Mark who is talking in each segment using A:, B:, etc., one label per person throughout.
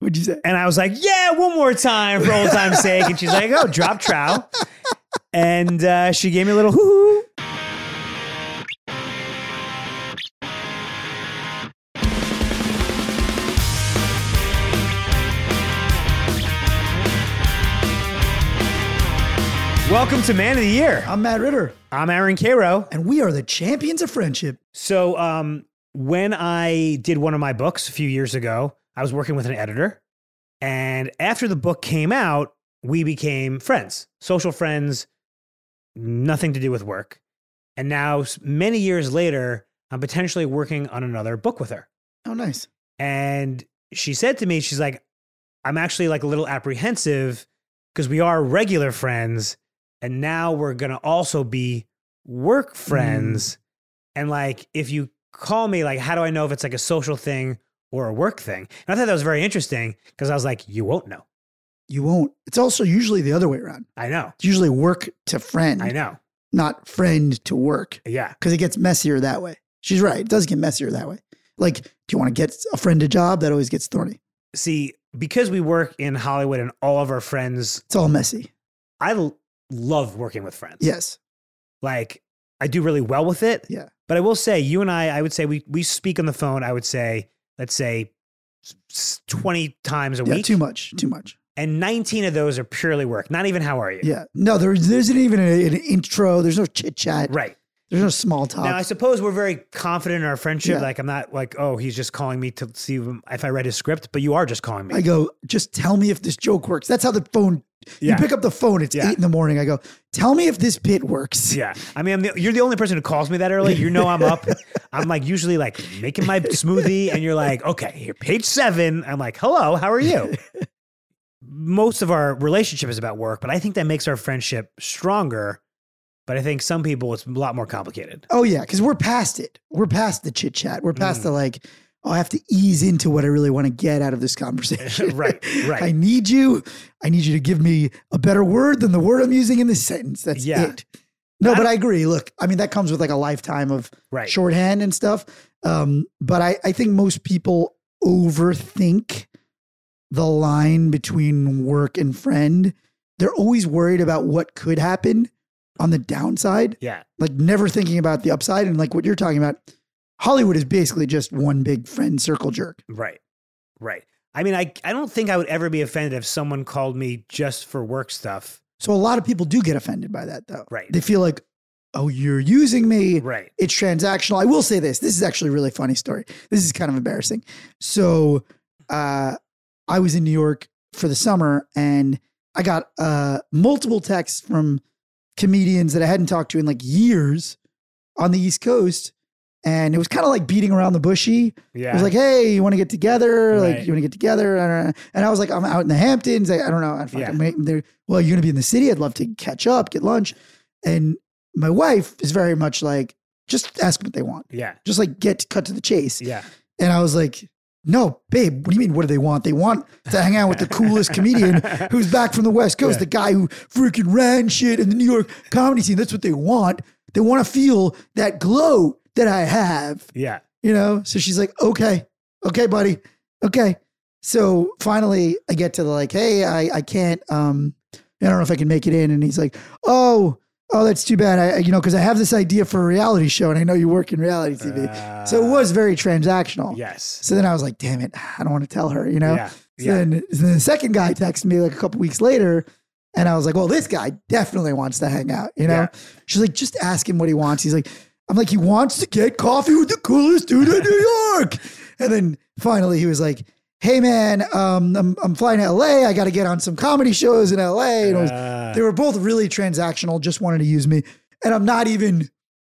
A: Would you say? And I was like, yeah, one more time for old time's sake. And she's like, oh, drop trow. And uh, she gave me a little hoo hoo. Welcome to Man of the Year.
B: I'm Matt Ritter,
A: I'm Aaron Cairo.
B: and we are the champions of friendship.
A: So, um, when I did one of my books a few years ago, I was working with an editor. And after the book came out, we became friends, social friends, nothing to do with work. And now, s- many years later, I'm potentially working on another book with her.
B: Oh, nice.
A: And she said to me, she's like, I'm actually like a little apprehensive because we are regular friends. And now we're going to also be work friends. And like, if you call me, like, how do I know if it's like a social thing or a work thing? And I thought that was very interesting because I was like, you won't know.
B: You won't. It's also usually the other way around.
A: I know.
B: It's usually work to friend,
A: I know.
B: not friend to work,
A: Yeah.
B: because it gets messier that way. She's right. It does get messier that way. Like, do you want to get a friend a job? That always gets thorny.
A: See, because we work in Hollywood and all of our friends,
B: It's all messy.
A: I l- love working with friends.
B: Yes.
A: like I do really well with it.
B: Yeah.
A: But I will say, you and I, I would say we we speak on the phone. I would say, let's say, s- s- twenty times a
B: Yeah,
A: week,
B: too much. Too much.
A: and nineteen of those are purely work. Not even how are you?
B: Yeah. No, there, there isn't even a- an intro. There's no chit chat.
A: Right
B: There's no small talk.
A: now, I suppose we're very confident in our friendship.
B: Um, Yeah.
A: Like I'm not like, oh, he's just calling me to see if I read his script, but you are just calling me.
B: I go, just tell me if this joke works. That's how the phone,
A: Yeah.
B: you pick up the phone, it's
A: Yeah.
B: eight in the morning. I go, tell me if this bit works.
A: yeah, I mean, I'm the, you're the only person who calls me that early. You know, I'm up. I'm like usually like making my smoothie, and you're like, okay, here, page seven. I'm like, hello, how are you? most of our relationship is about work, but I think that makes our friendship stronger. But I think some people it's a lot more complicated.
B: Oh, yeah. Cause we're past it. We're past the chit chat. We're past
A: Mm.
B: the like, oh, I have to ease into what I really want to get out of this conversation.
A: Right, right.
B: I need you. I need you to give me a better word than the word I'm using in this sentence. That's
A: Yeah.
B: it. No,
A: I
B: but I agree. Look, I mean, that comes with like a lifetime of
A: Right.
B: shorthand and stuff. Um, but I, I think most people overthink the line between work and friend. They're always worried about what could happen on the downside,
A: Yeah.
B: like never thinking about the upside. And like what you're talking about, Hollywood is basically just one big friend circle jerk.
A: Right. Right. I mean, I I don't think I would ever be offended if someone called me just for work stuff.
B: So a lot of people do get offended by that though.
A: Right.
B: They feel like, oh, you're using me.
A: Right.
B: it's transactional. I will say this. This is actually a really funny story. This is kind of embarrassing. So, uh, I was in New York for the summer and I got uh, multiple texts from comedians that I hadn't talked to in like years on the East Coast. And it was kind of like beating around the bushy.
A: Yeah.
B: It was like, hey, you want to get together?
A: Right.
B: Like, you want to get together? I don't know. And I was like, I'm out in the Hamptons. I, I don't know. I
A: Yeah.
B: fucking may- they're- well, you're going to be in the city. I'd love to catch up, get lunch. And my wife is very much like, just ask what they want.
A: yeah.
B: Just like get cut to the chase.
A: Yeah.
B: And I was like, no, babe, what do you mean? What do they want? They want to hang out with the coolest comedian who's back from the West Coast,
A: Yeah.
B: the guy who freaking ran shit in the New York comedy scene. That's what they want. They want to feel that glow that I have
A: Yeah.
B: you know so she's like okay okay buddy okay so finally i get to the like hey i i can't um i don't know if i can make it in and he's like oh oh that's too bad i I- you know because i have this idea for a reality show and i know you work in reality tv so it
A: Uh,
B: was very transactional
A: Yes.
B: so then i was like damn it i don't want to tell her you know
A: Yeah.
B: so
A: Yeah.
B: then, so then the second guy texted me like a couple weeks later, and I was like, "Well, this guy definitely wants to hang out." You know,
A: Yeah.
B: she's like, "Just ask him what he wants." He's like, "I'm like, he wants to get coffee with the coolest dude in New York." And then finally, he was like, "Hey, man, um, I'm I'm flying to LA. I got to get on some comedy shows in LA." And it was,
A: Uh,
B: they were both really transactional. Just wanted to use me, and I'm not even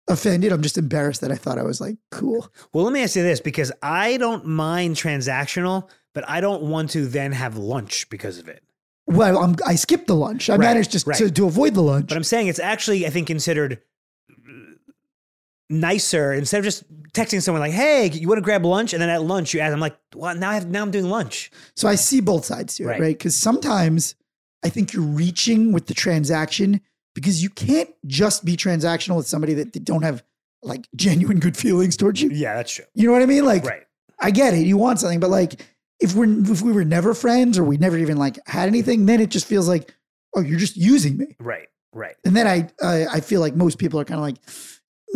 B: offended. I'm just embarrassed that I thought I was like cool.
A: Well, let me ask you this because I don't mind transactional, but I don't want to then have lunch because of it.
B: Well, I'm, I skipped the lunch. I
A: Right,
B: managed just
A: right.
B: to, to avoid the lunch.
A: But I'm saying it's actually, I think, considered nicer instead of just texting someone like, "Hey, you want to grab lunch?" and then at lunch you ask, "I'm like, well, now I have, now I'm doing lunch."
B: So I see both sides to it,
A: Right.
B: right? Because sometimes I think you're reaching with the transaction because you can't just be transactional with somebody that they don't have like genuine good feelings towards you.
A: Yeah, that's true.
B: You know what I mean? Like,
A: Right.
B: I get it. You want something, but like, if we're if we were never friends or we never even like had anything, then it just feels like, oh, you're just using me.
A: Right. Right.
B: And then I I, I feel like most people are kind of like,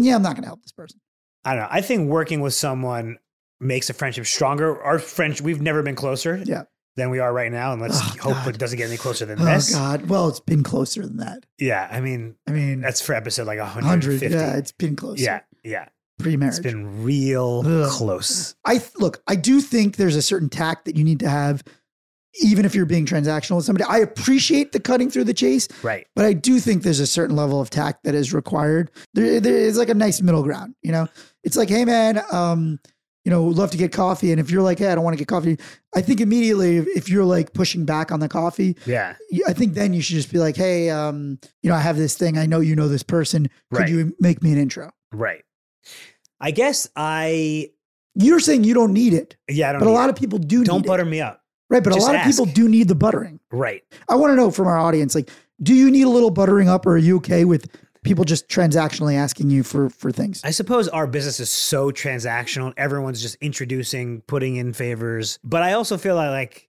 B: yeah, I'm not going to help this person.
A: I don't know. I think working with someone makes a friendship stronger. Our friendship, we've never been closer
B: Yeah.
A: than we are right now. And let's
B: Oh,
A: hope
B: God.
A: it doesn't get any closer than
B: Oh
A: this.
B: God. Well, it's been closer than that.
A: Yeah. I mean,
B: I mean,
A: that's for episode like
B: 100.
A: 150.
B: Yeah, it's been closer.
A: yeah. yeah.
B: pre-marriage.
A: It's been real
B: Ugh.
A: close.
B: I th- look, I do think there's a certain tact that you need to have, even if you're being transactional with somebody. I appreciate the cutting through the chase,
A: Right.
B: but I do think there's a certain level of tact that is required. There, there is like a nice middle ground, you know? It's like, hey, man, um, you know, would love to get coffee. And if you're like, hey, I don't want to get coffee, I think immediately if- if you're like pushing back on the coffee,
A: Yeah.
B: you- I think then you should just be like, hey, um, you know, I have this thing. I know you know this person. Could
A: Right.
B: you make me an intro?
A: Right. I guess I,
B: You're saying you don't need it,
A: yeah, I don't
B: but a
A: need
B: lot
A: it.
B: of people do
A: Don't
B: need it.
A: butter me up.
B: Right, but a
A: Just
B: lot
A: ask.
B: of people do need the buttering.
A: Right.
B: I want to know from our audience, like, do you need a little buttering up, or are you okay with people just transactionally asking you for for things?
A: I suppose our business is so transactional. Everyone's just introducing, putting in favors. But I also feel like, like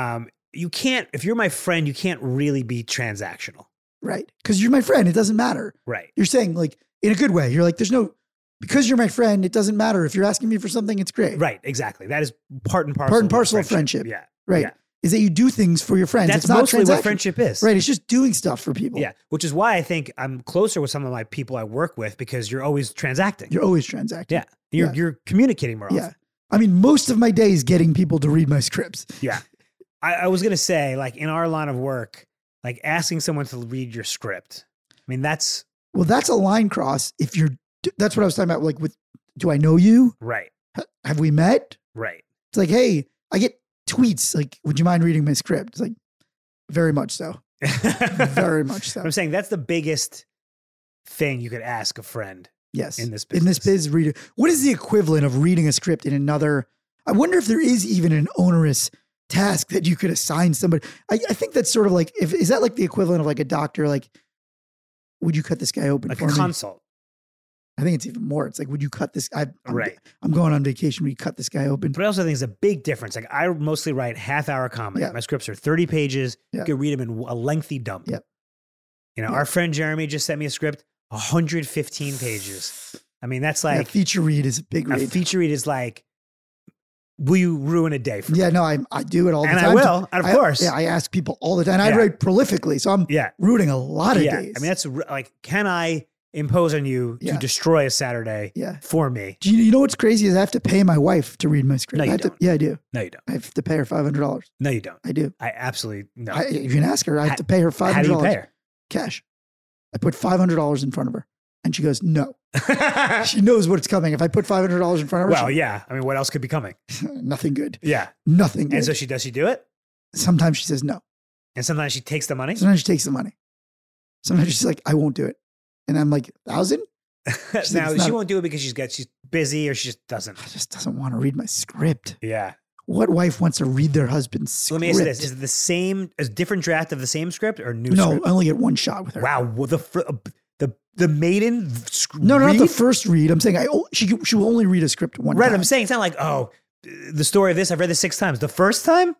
A: um, you can't, if you're my friend, you can't really be transactional.
B: Right, because you're my friend. It doesn't matter.
A: Right.
B: You're saying like in a good way. You're like, there's no because you're my friend. It doesn't matter if you're asking me for something. It's great.
A: Right. Exactly. That is part and parcel.
B: Part and
A: our
B: parcel of
A: Yeah.
B: right.
A: yeah.
B: Is that you do things for your friends?
A: That's
B: it's not
A: mostly what
B: transaction-
A: friendship is.
B: Right, it's just doing stuff for people.
A: Yeah. Which is why I think I'm closer with some of my people I work with because you're always transacting. You're,
B: you're always transacting.
A: Yeah. you're,
B: yeah.
A: communicating more often.
B: yeah. I mean, most of my day is getting people to read my scripts.
A: I, I was going to say, like, in our line of work, like asking someone to read your script. I mean, that's
B: Well, that's a line cross. If you're, that's what I was talking about. Like, with, do I know you?
A: right.
B: Ha- Have we met?
A: Right.
B: It's like, hey, I get tweets like, would you mind reading my script? It's like, very much so. Very much so.
A: I'm saying that's the biggest thing you could ask a friend
B: Yes.
A: in this business.
B: In this biz, reader, what is the equivalent of reading a script in another? I wonder if there is even an onerous task that you could assign somebody. I, I think that's sort of like, if, is that like the equivalent of like a doctor, like, would you cut this guy open
A: like
B: for
A: a
B: me?
A: consult.
B: I think it's even more. It's like, would you cut this? I, I'm,
A: Right.
B: I'm going on vacation. Would you cut this guy open?
A: But I also think it's a big difference. Like I mostly write half hour comedy.
B: Yeah.
A: My scripts are 30 pages.
B: Yeah.
A: You can read them in a lengthy dump.
B: Yep.
A: You know,
B: Yeah.
A: our friend Jeremy just sent me a script, 115 pages. I mean, that's
B: Yeah,
A: like
B: feature read is a big
A: a
B: read.
A: feature read is like, will you ruin a day for me?
B: Yeah, no, I, I do it all
A: and
B: the
A: I
B: time.
A: will, and of
B: I-
A: course.
B: Yeah, I ask people all the time. And
A: Yeah.
B: I write prolifically, so I'm
A: Yeah.
B: rooting a lot of
A: yeah.
B: days.
A: I mean, that's re- like, can I impose on you
B: Yeah.
A: to destroy a Saturday
B: yeah.
A: for me?
B: Do you, you know what's crazy is I have to pay my wife to read my script.
A: No, you
B: I have
A: don't.
B: To, yeah, I do.
A: No, you don't.
B: I have to pay her five hundred dollars.
A: No, you don't.
B: I do.
A: I absolutely no.
B: I, if you can ask her, I have
A: How-
B: to pay her five
A: How
B: hundred
A: do you
B: dollars
A: pay her?
B: cash. I put five hundred dollars in front of her, and she goes no.
A: well,
B: She knows what's coming. If I put five hundred dollars in front of her,
A: yeah. I mean, what else could be coming?
B: she- nothing good.
A: Yeah.
B: Nothing good.
A: And so she does she do it?
B: Sometimes she says no.
A: And sometimes she takes the money.
B: Sometimes she takes the money. Sometimes she's like, I won't do it, and I'm like, thousand. it's
A: now she
B: not-
A: won't do it because she's got she's busy or she just doesn't.
B: I just doesn't want to read my script.
A: Yeah.
B: What wife wants to read their husband's
A: So let
B: script?
A: me ask you this: Is it the same, a different draft of the same script or new
B: no,
A: script?
B: I only get one shot with her.
A: Wow. Well, the fr- uh, the the maiden. Sc-
B: No, not the
A: read?
B: first read. I'm saying I o- she she will only read a script one
A: Right.
B: time.
A: I'm saying it's not like oh, the story of this I've read this six times. The first time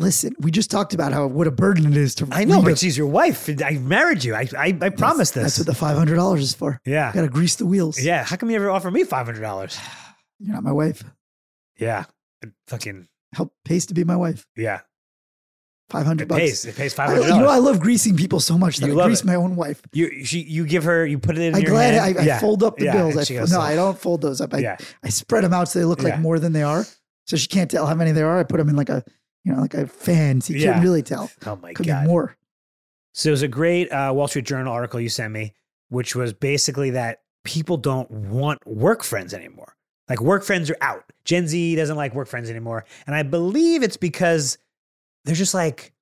B: Listen, we just talked about how what a burden it is to.
A: I know,
B: read
A: but
B: a-
A: she's your wife. I married you. I I, I promised this.
B: That's what the five hundred dollars is for.
A: yeah.
B: Got to grease the wheels.
A: Yeah. How come you never offer me five hundred dollars?
B: You're not my wife.
A: Yeah. It Fucking
B: Help pays to be my wife.
A: yeah.
B: Five hundred
A: It
B: bucks.
A: pays. It pays five
B: I,
A: hundred
B: you know, I
A: dollars.
B: love greasing people so much that
A: You
B: I
A: love
B: grease
A: it.
B: my own wife.
A: You she, you give her you put it in.
B: I
A: your
B: glad
A: hand.
B: I, I
A: yeah.
B: fold up the
A: Yeah,
B: bills.
A: and
B: I,
A: she
B: fo-
A: goes,
B: no,
A: "Oh."
B: I don't fold those up. I,
A: yeah.
B: I spread them out so they look
A: Yeah.
B: like more than they are. So she can't tell how many there are. I put them in like a, you know, like a fan. So you
A: Yeah.
B: can't really tell.
A: Oh my
B: Could
A: god.
B: be more.
A: So there's a great uh, Wall Street Journal article you sent me, which was basically that people don't want work friends anymore. Like work friends are out. Gen Z doesn't like work friends anymore. And I believe it's because they're just like,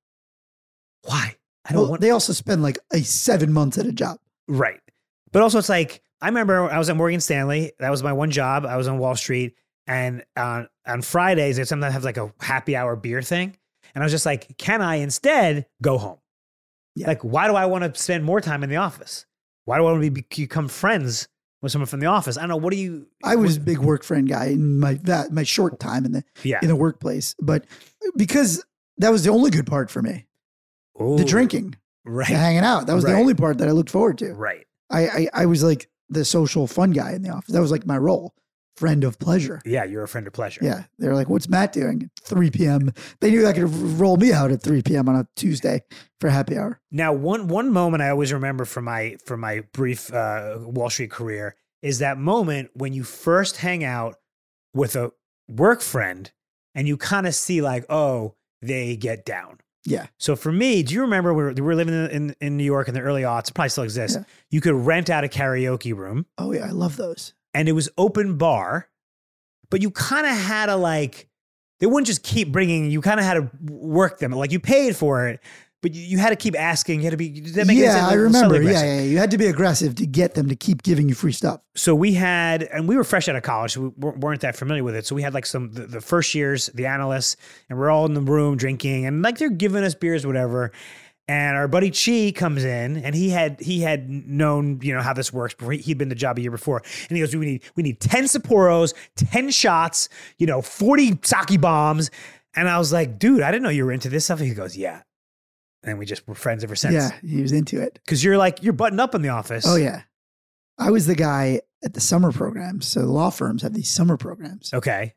A: why? I don't
B: Well,
A: want
B: they also spend like a seven months at a job.
A: Right. But also, it's like, I remember I was at Morgan Stanley. That was my one job. I was on Wall Street. And on, on Fridays, they sometimes have like a happy hour beer thing. And I was just like, can I instead go home?
B: Yeah.
A: Like, why do I want to spend more time in the office? Why do I want to be, become friends with someone from the office? I don't know. What do you?
B: I was a big work friend guy in my that my short time in the
A: yeah.
B: in the workplace, but because that was the only good part for me, the
A: Ooh,
B: drinking, the
A: Right.
B: hanging out. That was
A: Right.
B: the only part that I looked forward to.
A: Right.
B: I, I I was like the social fun guy in the office. That was like my role, friend of pleasure.
A: Yeah. You're a friend of pleasure.
B: Yeah, they're like, "What's Matt doing?" 3 p.m. They knew I could roll me out at 3 p.m. on a Tuesday for happy hour.
A: Now, one one moment I always remember from my from my brief uh, Wall Street career is that moment when you first hang out with a work friend and you kind of see like, oh, they get down.
B: Yeah.
A: So for me, do you remember we were, we were living in, in in New York in the early aughts? It probably still exists.
B: Yeah.
A: You could rent out a karaoke room
B: Oh yeah, I love those.
A: and it was open bar, but you kind of had to like, they wouldn't just keep bringing, you kind of had to work them. Like you paid for it, but you, you had to keep asking. You had to be, did that make any
B: yeah,
A: sense?
B: I
A: Like, it was
B: remember.
A: totally
B: Yeah,
A: aggressive.
B: yeah, yeah, you had to be aggressive to get them to keep giving you free stuff.
A: So we had, and we were fresh out of college, so we weren't weren't that familiar with it. So we had like some, the, the first years, the analysts, and we're all in the room drinking and like they're giving us beers, whatever. And our buddy Chi comes in, and he had he had known you know how this works. Before. He'd been the job a year before, and he goes, "We need we need ten Sapporos, ten shots, you know, forty sake bombs." And I was like, "Dude, I didn't know you were into this stuff." And he goes, "Yeah," and we just were friends ever since.
B: Yeah, he was into it.
A: Because you're like you're buttoned up in the office.
B: Oh yeah, I was the guy at the summer programs. So law firms have these summer programs.
A: Okay.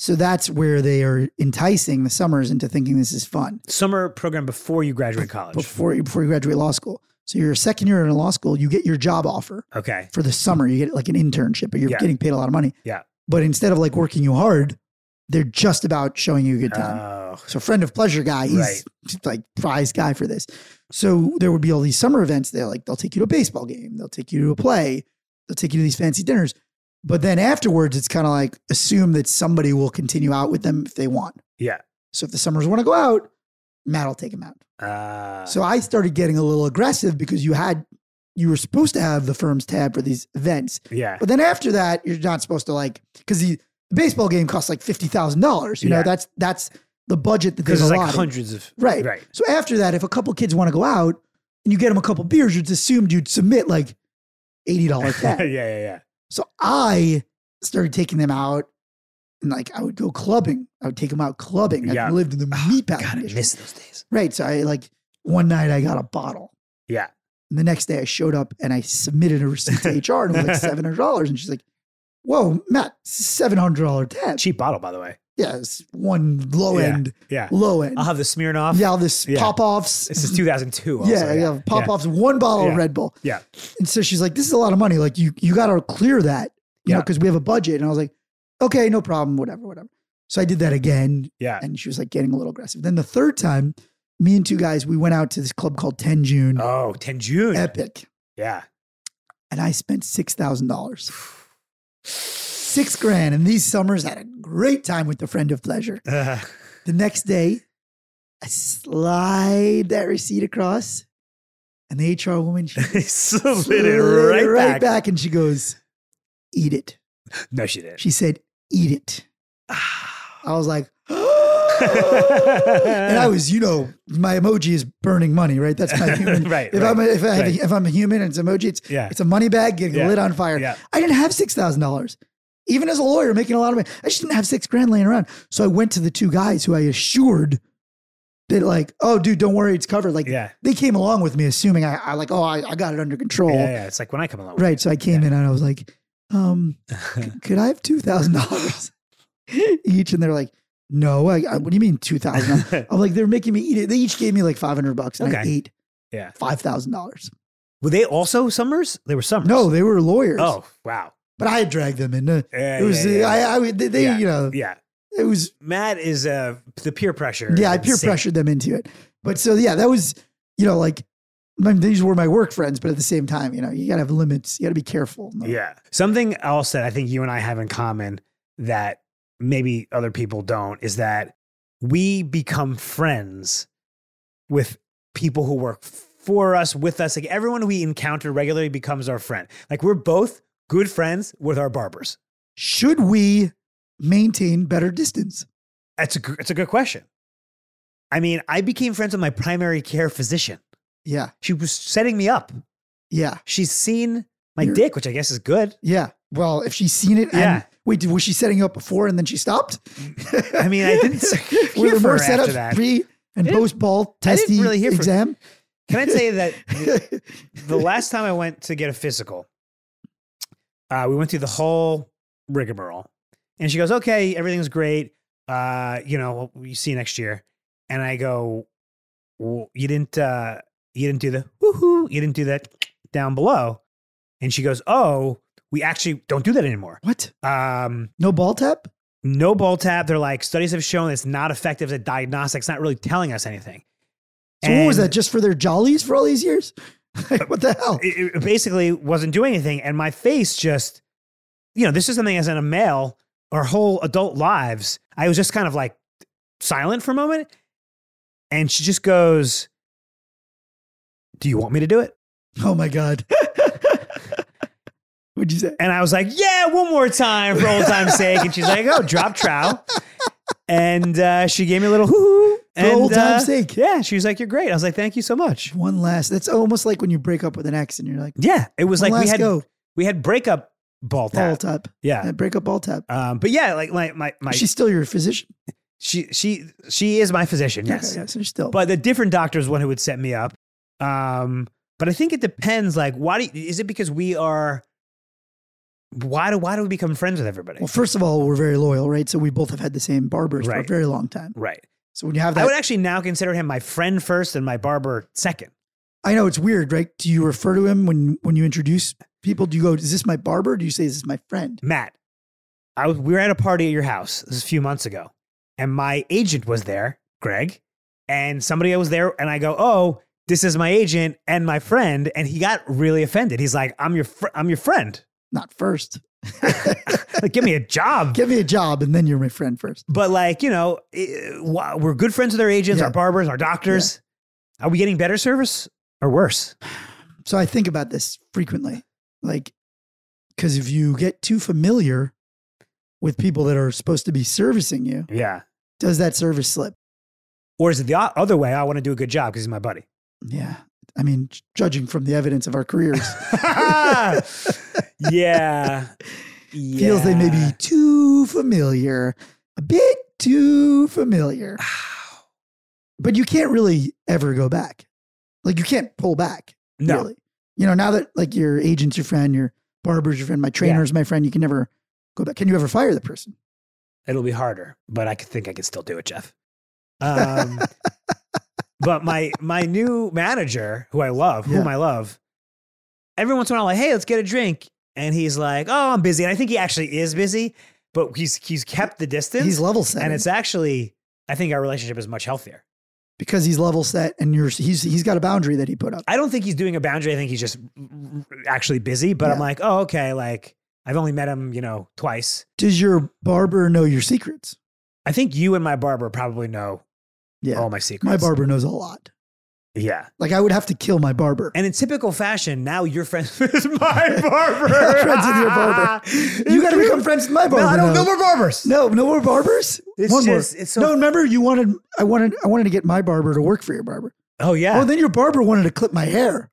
B: So that's where they are enticing the summers into thinking this is fun
A: Summer program before you graduate college.
B: before you, before you graduate law school. So you're a second year in law school, you get your job offer
A: Okay.
B: for the summer. You get like an internship, but you're
A: Yeah.
B: getting paid a lot of money.
A: Yeah.
B: But instead of like working you hard, they're just about showing you a good time.
A: Oh,
B: So friend of pleasure guy, he's
A: Right.
B: like prize guy for this. So there would be all these summer events. They're like, they'll take you to a baseball game, they'll take you to a play, they'll take you to these fancy dinners. But then afterwards, it's kind of like assume that somebody will continue out with them if they want.
A: Yeah.
B: So if the summers want to go out, Matt will take them out.
A: uh,
B: so I started getting a little aggressive because you had you were supposed to have the firm's tab for these events.
A: yeah,
B: But then after that, you're not supposed to like because the, the baseball game costs like fifty thousand dollars. You
A: Yeah.
B: know, that's that's the budget that
A: because
B: there's
A: there's
B: a
A: like
B: lot.
A: hundreds of
B: Right.
A: right.
B: So after that, if a couple kids want to go out and you get them a couple beers, you'd assumed you'd submit like eighty dollar
A: yeah,
B: tab.
A: yeah, yeah.
B: so I started taking them out. And like I would go clubbing, I would take them out clubbing.
A: Yeah.
B: I lived in the meat
A: God, I
B: packing district.
A: miss those days.
B: Right. So I like one night I got a bottle.
A: Yeah.
B: And the next day I showed up and I submitted a receipt to HR and it was like seven hundred dollars. And she's like, Whoa, Matt, seven hundred dollar tab.
A: Cheap bottle, by the way.
B: Yeah, it's one low
A: Yeah.
B: end,
A: Yeah,
B: low end.
A: I'll have the Smirnoff.
B: Yeah, all this
A: Yeah.
B: pop offs.
A: this is 2002. Also.
B: Yeah, yeah, pop offs, one bottle
A: Yeah.
B: of Red Bull.
A: Yeah.
B: And so she's like, This is a lot of money. Like you you gotta clear that, you know,
A: Yeah.
B: because we have a budget. And I was like, Okay, no problem, whatever, whatever. So I did that again.
A: yeah.
B: and she was like getting a little aggressive. Then the third time, me and two guys, we went out to this club called Ten June
A: Oh, 10 June.
B: Epic,
A: yeah,
B: and I spent six thousand dollars, six grand. And these summers had a great time with the friend of pleasure.
A: uh,
B: The next day, I slide that receipt across, and the HR woman she
A: slid
B: slid
A: it right, back.
B: and she goes, "Eat it."
A: No, she didn't.
B: She said, "Eat it." I was like. and I was, you know, my emoji is burning money, right? That's my human.
A: right.
B: If
A: right.
B: I'm a, if, I have a,
A: right.
B: if I'm a human and it's emoji, it's
A: yeah,
B: it's a money bag getting
A: Yeah.
B: lit on fire.
A: yeah,
B: I didn't have six thousand dollars, even as a lawyer making a lot of money. I just didn't have six grand laying around. So I went to the two guys who I assured that like, oh, dude, don't worry, it's covered. Like
A: yeah,
B: they came along with me, assuming I, I like, oh, I, I got it under control,
A: yeah, yeah. It's like when I come along.
B: right? So I came
A: Yeah.
B: in and I was like, um,
A: Right.
B: could I have two thousand dollars each? And they're like, no, I, I, what do you mean two thousand? I'm like, they're making me eat it. They each gave me like five hundred bucks, and I
A: Okay.
B: ate
A: yeah.
B: five thousand dollars.
A: Were they also summers? They were summers.
B: No, they were lawyers.
A: Oh, wow.
B: but I had dragged them in. Uh,
A: Yeah,
B: It was
A: yeah, yeah.
B: I, uh, I, they, they,
A: Yeah.
B: you know,
A: yeah.
B: it was
A: Matt is uh the peer pressure.
B: yeah, I
A: is
B: peer
A: insane.
B: pressured them into it. But so yeah, that was you know like my, these were my work friends, but at the same time, you know, you gotta have limits. You gotta be careful.
A: Yeah. Something else that I think you and I have in common that maybe other people don't is that we become friends with people who work for us, with us. Like everyone we encounter regularly becomes our friend. Like we're both good friends with our barbers.
B: Should we maintain better distance?
A: That's a, gr- that's a good question. I mean, I became friends with my primary care physician.
B: Yeah.
A: She was setting me up.
B: Yeah.
A: She's seen my
B: You're-
A: dick, which I guess is good.
B: Yeah. Well, if she's seen it,
A: Yeah.
B: and wait, did- was she setting you up before and then she stopped?
A: I mean, I didn't
B: Were
A: hear
B: there
A: from
B: more
A: her after
B: setups
A: that.
B: pre and
A: I didn't-
B: post ball
A: I didn't
B: testy
A: really hear from-
B: exam?
A: Can I say that the last time I went to get a physical, uh, we went through the whole rigmarole, and she goes, "Okay, everything's great. Uh, you know, we see you next year." And I go, well, "You didn't, uh, you didn't do the woohoo. You didn't do that down below." And she goes, "Oh, we actually don't do that anymore.
B: what?
A: Um,
B: No ball tap?
A: no ball tap. They're like studies have shown it's not effective as a diagnostic. It's not really telling us anything."
B: So what was
A: And-
B: that? Just for their jollies for all these years? Like, what the hell?
A: it, it basically wasn't doing anything. And my face just, you know, this is something as in a male, our whole adult lives, I was just kind of like silent for a moment. And she just goes, Do you want me to do it?
B: Oh my god. What'd you say?
A: And I was like, Yeah, one more time for old time's sake. And she's like, Oh, drop trowel. And uh, she gave me a little uh, hoo hoo.
B: For old time's sake.
A: Yeah, she was like, You're great. I was like, Thank you so much.
B: One last. That's almost like when you break up with an ex and you're like,
A: Yeah, it was
B: one
A: like
B: last
A: we had
B: go.
A: we had breakup ball
B: Ball
A: tap.
B: tap.
A: Yeah,
B: Yeah, break up ball tap.
A: Um, but yeah, like my my, my
B: She's still your physician.
A: she she she is my physician, yes.
B: Okay, yeah, so you're still.
A: But the different doctor is one who would set me up. Um, but I think it depends. Like, why do is it because we are? Why do why do we become friends with everybody?
B: well, first of all, we're very loyal, right? So we both have had the same barbers for a
A: Right.
B: very long time.
A: right.
B: So when you have
A: I
B: that,
A: would actually now consider him my friend first and my barber second.
B: I know it's weird, right? Do you refer to him when when you introduce people? Do you go, "Is this my barber?" Or do you say, "Is this my friend?"
A: Matt, I was, we were at a party at your house this is a few months ago, and my agent was there, Greg, and somebody was there, and I go, "Oh, this is my agent and my friend," and he got really offended. He's like, "I'm your fr- I'm your friend.
B: Not first.
A: Like, give me a job."
B: Give me a job, and then you're my friend first.
A: but like you know, it, wh- we're good friends with our agents,
B: Yeah.
A: our barbers, our doctors. Are we getting better service or worse?
B: So I think about this frequently, like because if you get too familiar with people that are supposed to be servicing you,
A: Yeah.
B: does that service slip?
A: Or is it the o- other way? "Oh, I want to do a good job because he's my buddy.
B: Yeah, I mean, j- judging from the evidence of our careers,
A: yeah. yeah.
B: feels they may be too familiar, a bit too familiar. But you can't really ever go back. Like you can't pull back.
A: No.
B: Really. You know, now that like your agent's your friend, your barber's your friend, my trainer's my friend, you can never go back. Can you ever fire the person?
A: It'll be harder, but I could think I could still do it, Jeff. Um, but my my new manager, who I love, whom
B: Yeah.
A: I love, every once in a while, like, hey, let's get a drink, and he's like, oh, I'm busy, and I think he actually is busy, but he's he's kept the distance,
B: He's level set.
A: and it's actually, I think our relationship is much healthier.
B: because he's level set and you're he's he's got a boundary that he put up.
A: I don't think he's doing a boundary. I think he's just actually busy. But I'm
B: Yeah.
A: like, oh, okay, like I've only met him, you know, twice.
B: Does your barber know your secrets?
A: I think you and my barber probably know
B: Yeah.
A: all my secrets.
B: my barber knows a lot.
A: yeah.
B: Like I would have to kill my barber.
A: And in typical fashion, now you're friends with my barber.
B: Friends with your barber. you got to become friends with my barber.
A: No, I don't
B: now.
A: know more barbers.
B: No, no more barbers.
A: It's
B: One
A: just,
B: more.
A: it's so.
B: no, remember you wanted I wanted I wanted to get my barber to work for your barber.
A: oh yeah.
B: Oh, then your barber wanted to clip my hair.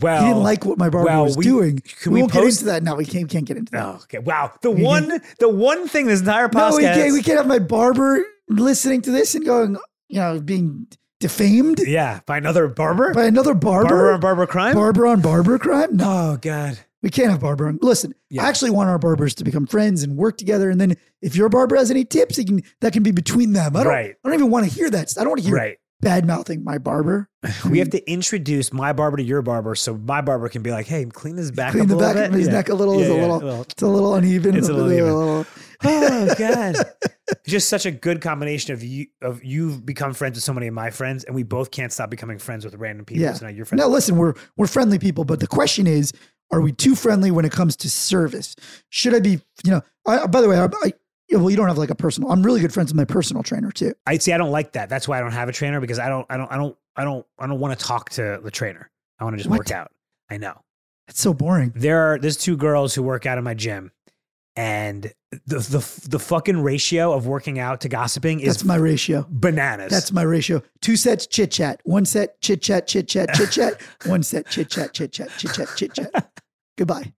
A: well,
B: he didn't like what my barber
A: well,
B: was
A: we-
B: doing.
A: can
B: we,
A: we
B: won't get
A: post-
B: into that now. We can't, can't get into that.
A: Oh, okay. Wow. The
B: We
A: one, the one thing this entire podcast.
B: No, we can't. We can't have my barber listening to this and going, you know, being defamed
A: Yeah, by another barber.
B: by another barber.
A: barber
B: Barber,
A: and barber crime.
B: on barber crime. No,
A: oh God.
B: we can't have barber on. Listen,
A: Yeah.
B: I actually want our barbers to become friends and work together. And then if your barber has any tips, he can that can be between them. I don't.
A: Right.
B: I don't even want to hear that. I don't want to hear
A: Right.
B: bad mouthing my barber.
A: We have to introduce my barber to your barber, so my barber can be like, "Hey, clean his back
B: clean
A: up
B: the
A: a little
B: back
A: bit."
B: of his
A: Yeah.
B: neck a little. It's
A: Yeah,
B: a
A: yeah,
B: little. It's a little uneven.
A: It's a little uneven.
B: little-
A: Oh God. Just such a good combination of you of you've become friends with so many of my friends, and we both can't stop becoming friends with random people.
B: Yeah.
A: So now you're friends.
B: No, listen, we're we're friendly people, but the question is, are we too friendly when it comes to service? Should I be, you know? I, by the way, I, I yeah, well, you don't have like a personal. I'm really good friends with my personal trainer too.
A: I see. I don't like that. That's why I don't have a trainer because I don't. I don't. I don't. I don't. I don't want to talk to the trainer. I want to just
B: What?
A: work out. I know.
B: That's so boring.
A: there are there's two girls who work out in my gym and the the the fucking ratio of working out to gossiping is
B: That's my ratio.
A: bananas.
B: That's my ratio. Two sets chit chat, one set chit chat, chit chat, chit chat, one set chit chat, chit chat, chit chat, chit chat. Goodbye.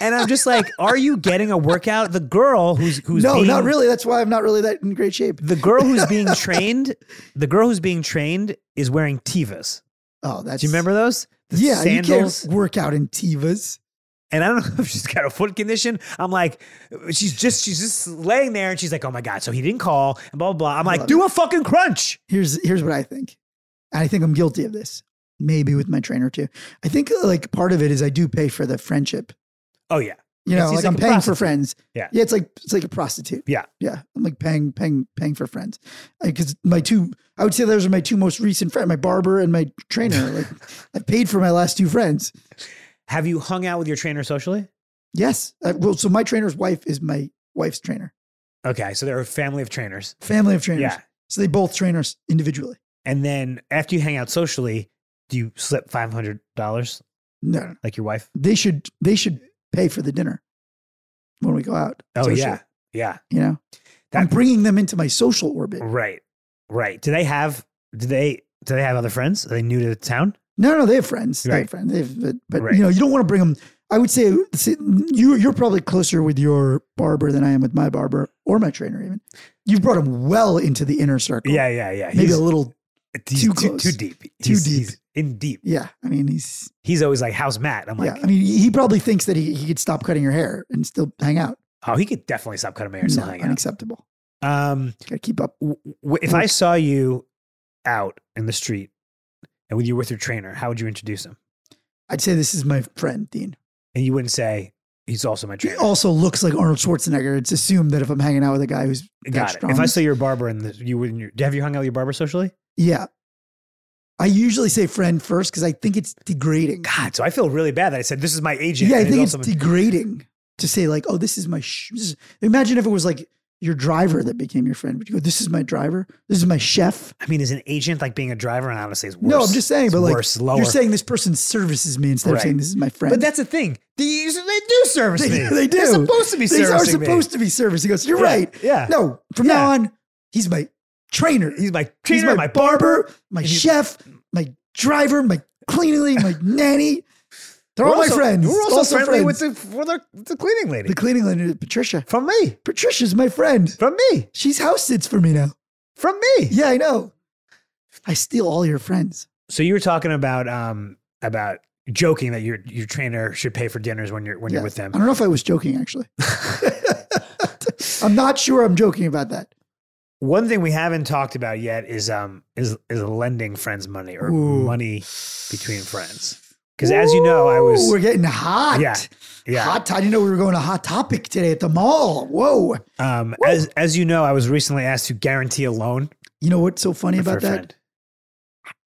A: and I'm just like, are you getting a workout? The girl who's who's
B: no,
A: being,
B: not really. That's why I'm not really that in great shape.
A: The girl who's being trained, the girl who's being trained is wearing tivas.
B: Oh, that's
A: Do you remember those? The
B: yeah,
A: sandals.
B: you can't work out in Tivas.
A: And I don't know if she's got a foot condition. I'm like, she's just she's just laying there and she's like, oh my god. So he didn't call and blah blah blah. I'm like,
B: Love
A: do a fucking crunch.
B: Here's here's what I think. And I think I'm guilty of this. Maybe with my trainer too. I think like part of it is I do pay for the friendship.
A: Oh yeah.
B: You
A: It's-
B: know,
A: he's like
B: like, I'm
A: a
B: paying for
A: prostitute.
B: friends.
A: Yeah.
B: Yeah, it's like it's like a prostitute.
A: Yeah.
B: Yeah. I'm like paying, paying, paying for friends. Because my two I would say those are my two most recent friends, my barber and my trainer. Like I paid for my last two friends.
A: Have you hung out with your trainer socially?
B: Yes. I, well, so my trainer's wife is my wife's trainer.
A: Okay, so they're a family of trainers.
B: Family of trainers.
A: Yeah.
B: So they both train us individually.
A: And then after you hang out socially, do you slip five hundred dollars
B: No, no, no.
A: like your wife?
B: They should they should pay for the dinner when we go out. socially,
A: Oh, yeah,
B: You know? I'm
A: That-
B: bringing them into my social orbit.
A: right, right. Do they have? Do they? Do they have other friends? Are they new to the town?
B: No, no, they have friends. They
A: Right.
B: have friends. They have, but but
A: Right.
B: you know, you don't want to bring them. I would say see, you you're probably closer with your barber than I am with my barber or my trainer. Even you've brought him well into the inner circle.
A: yeah, yeah.
B: maybe a little.
A: he's
B: too
A: too,
B: close.
A: too deep. Too
B: deep.
A: in deep.
B: Yeah, I mean he's
A: He's always like, "How's Matt?" I'm like,
B: yeah. I mean he probably thinks that he, he could stop cutting your hair and still hang out.
A: "Oh, he could definitely stop cutting my hair." and
B: No,
A: still hang out.
B: unacceptable.
A: Um,
B: Got to keep up.
A: w- w- if I saw you out in the street and when you were with your trainer, how would you introduce him?
B: I'd say this is my friend Dean.
A: And you wouldn't say he's also my
B: He
A: trainer.
B: also looks like Arnold Schwarzenegger. It's assumed that if I'm hanging out with a guy who's that
A: Got it.
B: strong,
A: If I saw your barber and the, you wouldn't, your, have you hung out with your barber socially?
B: yeah. I usually say friend first because I think it's degrading.
A: God, so I feel really bad that I said this is my agent.
B: Yeah, I
A: and he's
B: think it's
A: also my-"
B: degrading to say like, "Oh, this is my." Sh- this is- Imagine if it was like your driver that became your friend. Would you go, "This is my driver. This is my chef."
A: I mean, is an agent like being a driver? And honestly, it's worse.
B: No, I'm just saying,
A: It's
B: but like,
A: worse, lower.
B: you're saying this person services me instead of
A: Right.
B: saying this is my friend.
A: but that's the thing. They, they do service
B: They-
A: me.
B: they
A: They're
B: do.
A: supposed to be
B: they are
A: servicing
B: supposed to be servicing us. You're
A: Yeah,
B: right.
A: yeah.
B: No, from now
A: Yeah.
B: on, he's my trainer.
A: He's my trainer,
B: He's
A: my, barber.
B: my
A: He's-
B: chef, my driver, my cleaning lady, my nanny. They're all
A: We're also-
B: my friends.
A: We're also,
B: Also
A: friendly
B: friends.
A: with the, with the, the cleaning lady.
B: the cleaning lady, Patricia.
A: from me.
B: Patricia's my friend.
A: From me.
B: She's house sits for me now.
A: From me.
B: Yeah, I know. I steal all your friends.
A: So you were talking about um about joking that your your trainer should pay for dinners when you're when
B: Yeah.
A: you're with them.
B: I don't know if I was joking, actually. I'm not sure I'm joking about that.
A: One thing we haven't talked about yet is um is is lending friends money or
B: Ooh.
A: money between friends. Because as you know, I was
B: Ooh, We're getting hot.
A: Yeah, yeah.
B: Hot. I didn't know we were going to Hot Topic today at the mall. Whoa.
A: um as as you know, I was recently asked to guarantee a loan
B: You know what's so funny
A: for
B: about
A: a
B: that?
A: friend.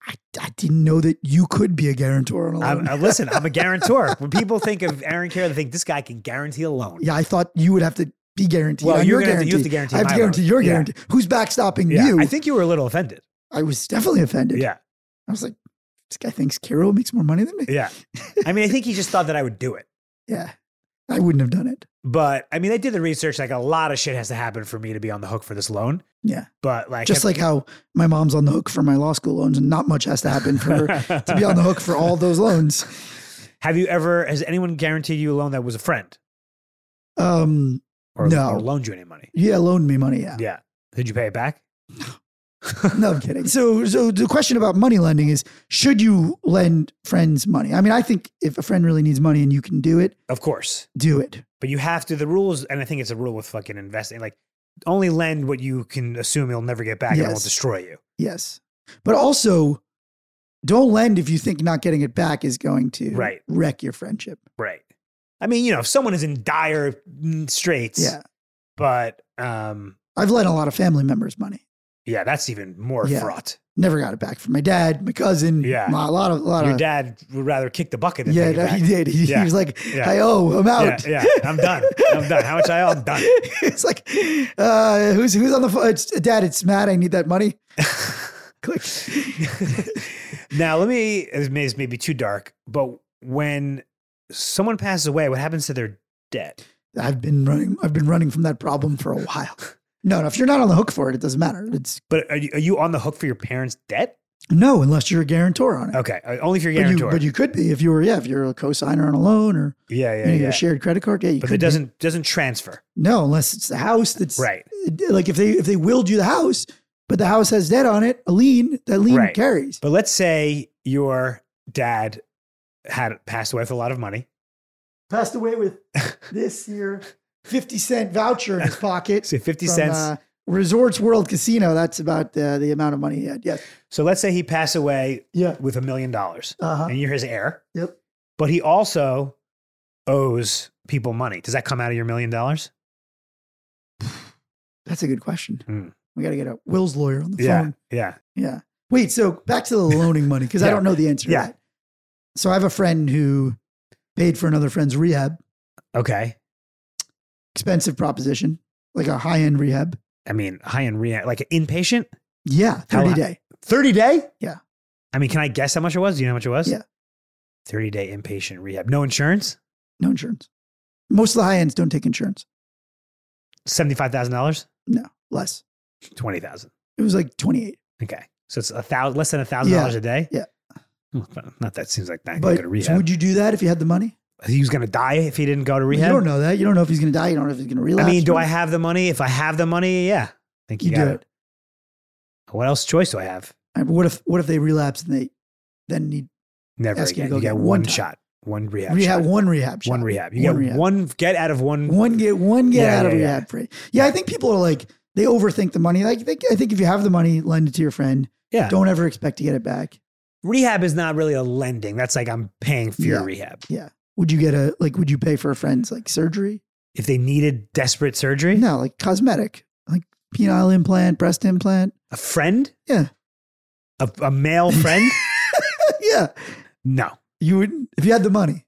B: I, I didn't know that you could be a guarantor on a
A: I'm,
B: loan.
A: I- listen, I'm a guarantor. when people think of Aaron Care, they think this guy can guarantee a loan.
B: yeah, I thought you would have to be guaranteed.
A: Well,
B: on
A: you're
B: your
A: gonna have to-
B: guarantee.
A: you have to guarantee
B: I have to
A: my
B: guarantee
A: loan.
B: your
A: Yeah.
B: guarantee. Who's backstopping
A: Yeah,
B: you?
A: I think you were a little offended.
B: I was definitely offended.
A: Yeah,
B: I was like, this guy thinks Kiro makes more money than me.
A: yeah. I mean, I think he just thought that I would do it.
B: Yeah. I wouldn't have done it.
A: But I mean, I did the research. Like a lot of shit has to happen for me to be on the hook for this loan.
B: Yeah.
A: But like,
B: Just like how my mom's on the hook for my law school loans, and not much has to happen for her to be on the hook for all those loans.
A: have you ever? Has anyone guaranteed you a loan that was a friend
B: Um,
A: or,
B: No.
A: or loaned you any money?
B: yeah, loaned me money. Yeah.
A: Yeah. Did you pay it back?
B: No, I'm kidding. So, so the question about money lending is: Should you lend friends money? I mean, I think if a friend really needs money and you can do it,
A: Of course.
B: do it.
A: But you have to. The rules, and I think it's a rule with fucking investing. Like, only lend what you can assume you'll never get back and it won't
B: Yes.
A: destroy you.
B: Yes, but also don't lend if you think not getting it back is going to
A: Right.
B: wreck your friendship.
A: Right. I mean, you know, if someone is in dire mm, straits,
B: Yeah,
A: But um,
B: I've lent a lot of family members money.
A: Yeah, that's even more
B: Yeah.
A: fraught.
B: Never got it back from my dad, my cousin.
A: Yeah.
B: my- a lot of a lot
A: Your
B: of.
A: dad would rather kick the bucket than
B: uh, yeah,
A: take it
B: no,
A: back.
B: he did. He, he
A: Yeah.
B: was like,
A: Yeah.
B: "I owe. I'm
A: Yeah,
B: out."
A: yeah, I'm done. I'm done. How much I owe? I'm done.
B: it's like, uh, who's who's on the phone? It's, Dad, it's Matt. I need that money. Click.
A: now let me this may, this may be too dark but when someone passes away what happens to their debt
B: I've been running. I've been running from that problem for a while. No, no. If you're not on the hook for it, it doesn't matter. It's
A: but are you, are you on the hook for your parents debt
B: no, unless you're a guarantor on it.
A: okay uh, only if you're a
B: But you,
A: guarantor
B: but you could be if you were, yeah, if you're a cosigner on a loan or
A: yeah
B: you
A: yeah
B: know,
A: yeah,
B: you're a shared credit card. Yeah, you
A: but
B: could
A: it
B: be.
A: doesn't doesn't transfer
B: No, unless it's the house that's
A: right
B: Like if they if they willed you the house, but the house has debt on it, a lien that lien
A: Right.
B: carries.
A: but let's say your dad had passed away with a lot of money
B: Passed away with this year fifty cent voucher in his pocket.
A: say 50
B: from,
A: cents
B: uh, Resorts World Casino. That's about uh, the amount of money he had. Yes.
A: so let's say he passed away
B: Yeah.
A: with a million dollars
B: Uh huh.
A: and you're his heir
B: Yep.
A: but he also owes people money does that come out of your million dollars
B: That's a good question.
A: Hmm.
B: We got to get a Will's lawyer on the
A: yeah
B: phone.
A: yeah
B: Yeah. Wait. So back to the loaning money because I
A: Yeah.
B: don't know the answer.
A: Yeah.
B: To that. So I have a friend who paid for another friend's rehab.
A: okay
B: Expensive proposition, like a high end rehab.
A: I mean, high end rehab, like an inpatient,
B: Yeah,
A: How
B: thirty
A: high-
B: day.
A: 30 day?
B: Yeah.
A: I mean, can I guess how much it was? Do you know how much it was?
B: Yeah.
A: 30 day inpatient rehab. No insurance?
B: No insurance. Most of the high ends don't take insurance.
A: $75,000?
B: No, less.
A: 20000
B: It was like twenty eight.
A: Okay. So it's a thousand, less than a thousand dollars a day?
B: yeah.
A: Hmm, but Not that seems like that.
B: But
A: go to
B: so
A: rehab.
B: would you do that if you had the money?
A: he was going to die if he didn't go to
B: You don't
A: rehab.
B: know that. You don't know if he's going to die. You don't know if he's going to
A: I
B: relapse.
A: mean, do I have the money? If I have the money, yeah. I think you,
B: You do
A: got
B: it.
A: it. What else choice do I have?
B: I mean, what if what if they relapse and they then need
A: Never
B: Ask you to
A: again. You,
B: go
A: get
B: get
A: one,
B: one time.
A: shot, one rehab.
B: rehab
A: shot,
B: one rehab shot.
A: one rehab. You
B: One
A: get
B: rehab.
A: one get out of one.
B: One get one get
A: Yeah,
B: out of
A: yeah, yeah.
B: rehab free. Yeah, I think people are like they overthink the money. Like they, I think if you have the money, lend it to your friend.
A: Yeah.
B: Don't ever expect to get it back.
A: rehab is not really a lending. That's like I'm paying for your
B: Yeah.
A: rehab.
B: Would you get a like? Would you pay for a friend's like surgery?
A: If they needed desperate surgery,
B: No, like cosmetic, like penile implant, breast implant.
A: a friend,
B: Yeah.
A: a, a male friend,
B: yeah,
A: no,
B: you would if you had the money.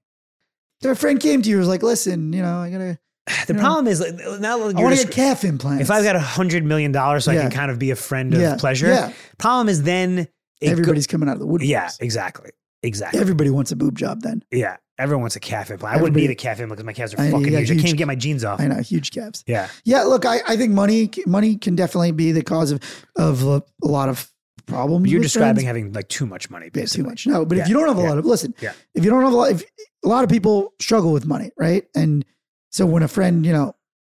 B: If a friend came to you, and was like, "Listen, you know, I gotta,
A: the
B: No.
A: problem is like, now that
B: I
A: you're
B: want to
A: descri-
B: get calf implants.
A: if I've got a hundred million dollars, so I
B: Yeah.
A: can kind of be a friend of
B: Yeah,
A: pleasure.
B: yeah,
A: Problem is then it go-
B: everybody's coming out of the woodwork.
A: yeah, exactly, exactly,
B: everybody wants a boob job. Then
A: yeah. Everyone wants a calf implant. I wouldn't
B: Everybody-
A: need a calf implant because my calves are
B: I-
A: fucking
B: yeah,
A: huge. I can't
B: huge.
A: even get my jeans off.
B: I know huge calves.
A: Yeah,
B: Yeah, look, I, I think money money can definitely be the cause of of a, a lot of problems.
A: you're
B: with
A: describing
B: friends.
A: having like too much money,
B: Yeah,
A: basically.
B: too much. No, but
A: Yeah,
B: if you don't have a
A: yeah,
B: lot of listen,
A: yeah.
B: if you don't have a lot, if a lot of people struggle with money, right? And so when a friend you know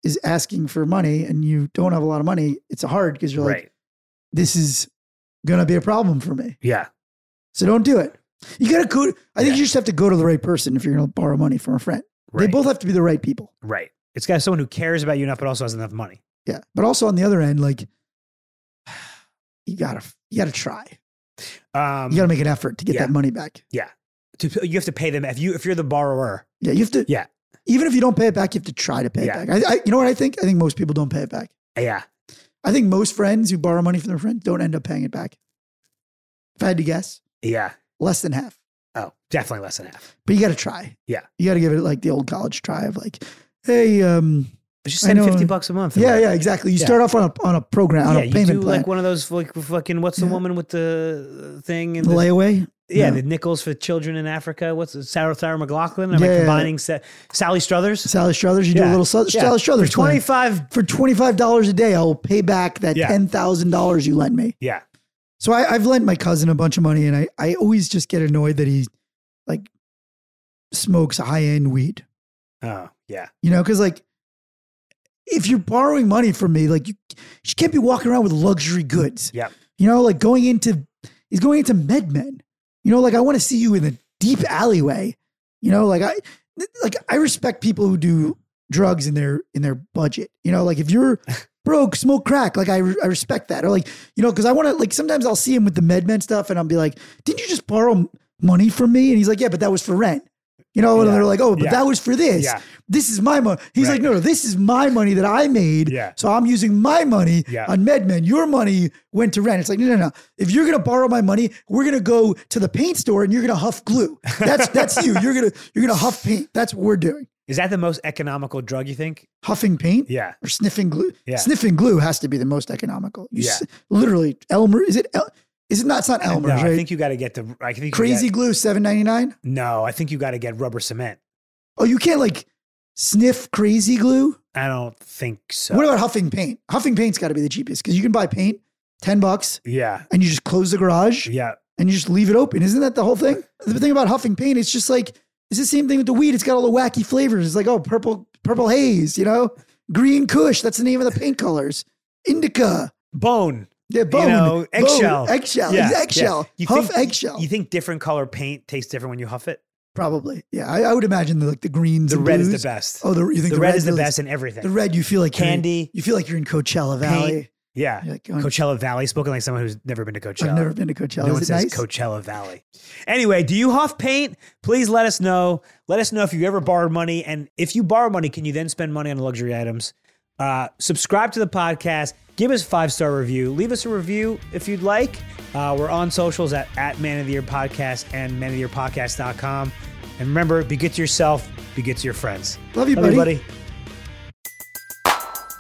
B: is asking for money and you don't have a lot of money, it's hard because you're like,
A: right?
B: this is gonna be a problem for me.
A: Yeah,
B: So don't do it. You gotta go. I think
A: Yeah.
B: you just have to go to the right person if you're gonna borrow money from a friend.
A: right,
B: They both have to be the right people.
A: right. It's got someone who cares about you enough, but also has enough money.
B: Yeah. But also on the other end, like you gotta you gotta try.
A: Um,
B: You gotta make an effort to get
A: yeah.
B: that money back.
A: to you have to pay them if you if you're the borrower.
B: Yeah, you have to.
A: Yeah.
B: Even if you don't pay it back, you have to try to pay
A: Yeah.
B: it back. I, I, you know what I think? I think most people don't pay it back.
A: Yeah,
B: I think most friends who borrow money from their friends don't end up paying it back. If I had to guess,
A: yeah.
B: less than half.
A: Oh, definitely less than half.
B: But you got to try.
A: Yeah.
B: You got to give it like the old college try of like, hey, um,
A: It's just
B: I
A: send
B: know.
A: fifty bucks a month.
B: yeah, yeah, exactly. You
A: Yeah.
B: start off on a on a program on
A: yeah.
B: a
A: You
B: payment
A: do
B: plan,
A: like one of those like fucking what's the
B: Yeah.
A: woman with the uh, thing and
B: The
A: the-
B: layaway.
A: yeah,
B: yeah.
A: the nickels for children in Africa. What's it, Sarah Sarah McLaughlin? Am
B: Yeah,
A: I
B: yeah,
A: combining Sa- Sally Struthers?
B: Sally Struthers, you do
A: Yeah.
B: a little Sal-
A: Yeah.
B: Sally Struthers plan.
A: Twenty five.
B: for $25 a day, I will pay back that
A: Yeah.
B: $10,000 you lent me.
A: Yeah,
B: So I, I've lent my cousin a bunch of money and I, I always just get annoyed that he like smokes high end weed,
A: oh yeah,
B: you know? Cause like if you're borrowing money from me, like you, you can't be walking around with luxury goods.
A: Yep.
B: You know, like going into, he's going into MedMen. You know, like I want to see you in a deep alleyway. You know, like I, like I respect people who do drugs in their in their budget. You know, like if you're broke, smoke crack. Like I, I respect that. Or like you know, because I want to like sometimes I'll see him with the MedMen stuff, and I'll be like, "Didn't you just borrow m- money from me?" And he's like, "Yeah, but that was for rent." You know, and
A: Yeah.
B: they're like, oh, but
A: Yeah.
B: that was for this.
A: Yeah.
B: This is my money. He's
A: Right.
B: like, no, no, this is my money that I made.
A: Yeah.
B: So I'm using my money
A: Yeah.
B: on MedMen. Your money went to rent. It's like, no, no, no. If you're gonna borrow my money, we're gonna go to the paint store and you're gonna huff glue. That's that's you. You're gonna you're gonna huff paint. That's what we're doing.
A: Is that the most economical drug you think?
B: Huffing paint
A: Yeah.
B: or sniffing glue.
A: Yeah.
B: Sniffing glue has to be the most economical. You
A: Yeah.
B: s- literally Elmer. Is it? El- is it not? It's not Elmer's,
A: no, I
B: right?
A: think you got to get the I think you
B: Crazy
A: got-
B: glue, seven ninety nine.
A: no, I think you got to get rubber cement.
B: Oh, you can't like sniff crazy glue.
A: I don't think so.
B: What about huffing paint? Huffing paint's got to be the cheapest because you can buy paint, ten bucks,
A: yeah.
B: and you just close the garage
A: Yeah.
B: and you just leave it open. Isn't that the whole thing? The thing about huffing paint, it's just like it's the same thing with the weed. It's got all the wacky flavors. It's like oh, purple, purple haze, you know, green Kush. That's the name of the paint colors. Indica,
A: Bone.
B: yeah, bone,
A: know,
B: bone,
A: eggshell.
B: eggshell,
A: Yeah,
B: eggshell,
A: yeah. You
B: huff
A: think-
B: eggshell.
A: You think different color paint tastes different when you huff it?
B: Probably, yeah. I, I would imagine that like the greens,
A: The
B: and
A: red is the
B: blues.
A: best.
B: Oh, the you think
A: the, red is the
B: really-
A: best in everything.
B: The red, you feel like you're in-
A: Candy.
B: You feel like you're in Coachella Valley.
A: Yeah.
B: You're like, oh, going,
A: Coachella Valley. Spoken like someone who's never been to Coachella.
B: I've never been to
A: No
B: Coachella. Is
A: one
B: it
A: says
B: nice?
A: Coachella Valley. Anyway, do you huff paint? Please let us know. Let us know if you ever borrowed money. And if you borrow money, can you then spend money on luxury items? Uh, subscribe to the podcast. Give us a five star review. Leave us a review if you'd like. Uh, we're on socials at, at Man of the Year Podcast and Man of the Year Podcast.com. And remember, be good to yourself, be good to your friends.
B: Love you,
A: Love you,
B: buddy.
A: buddy.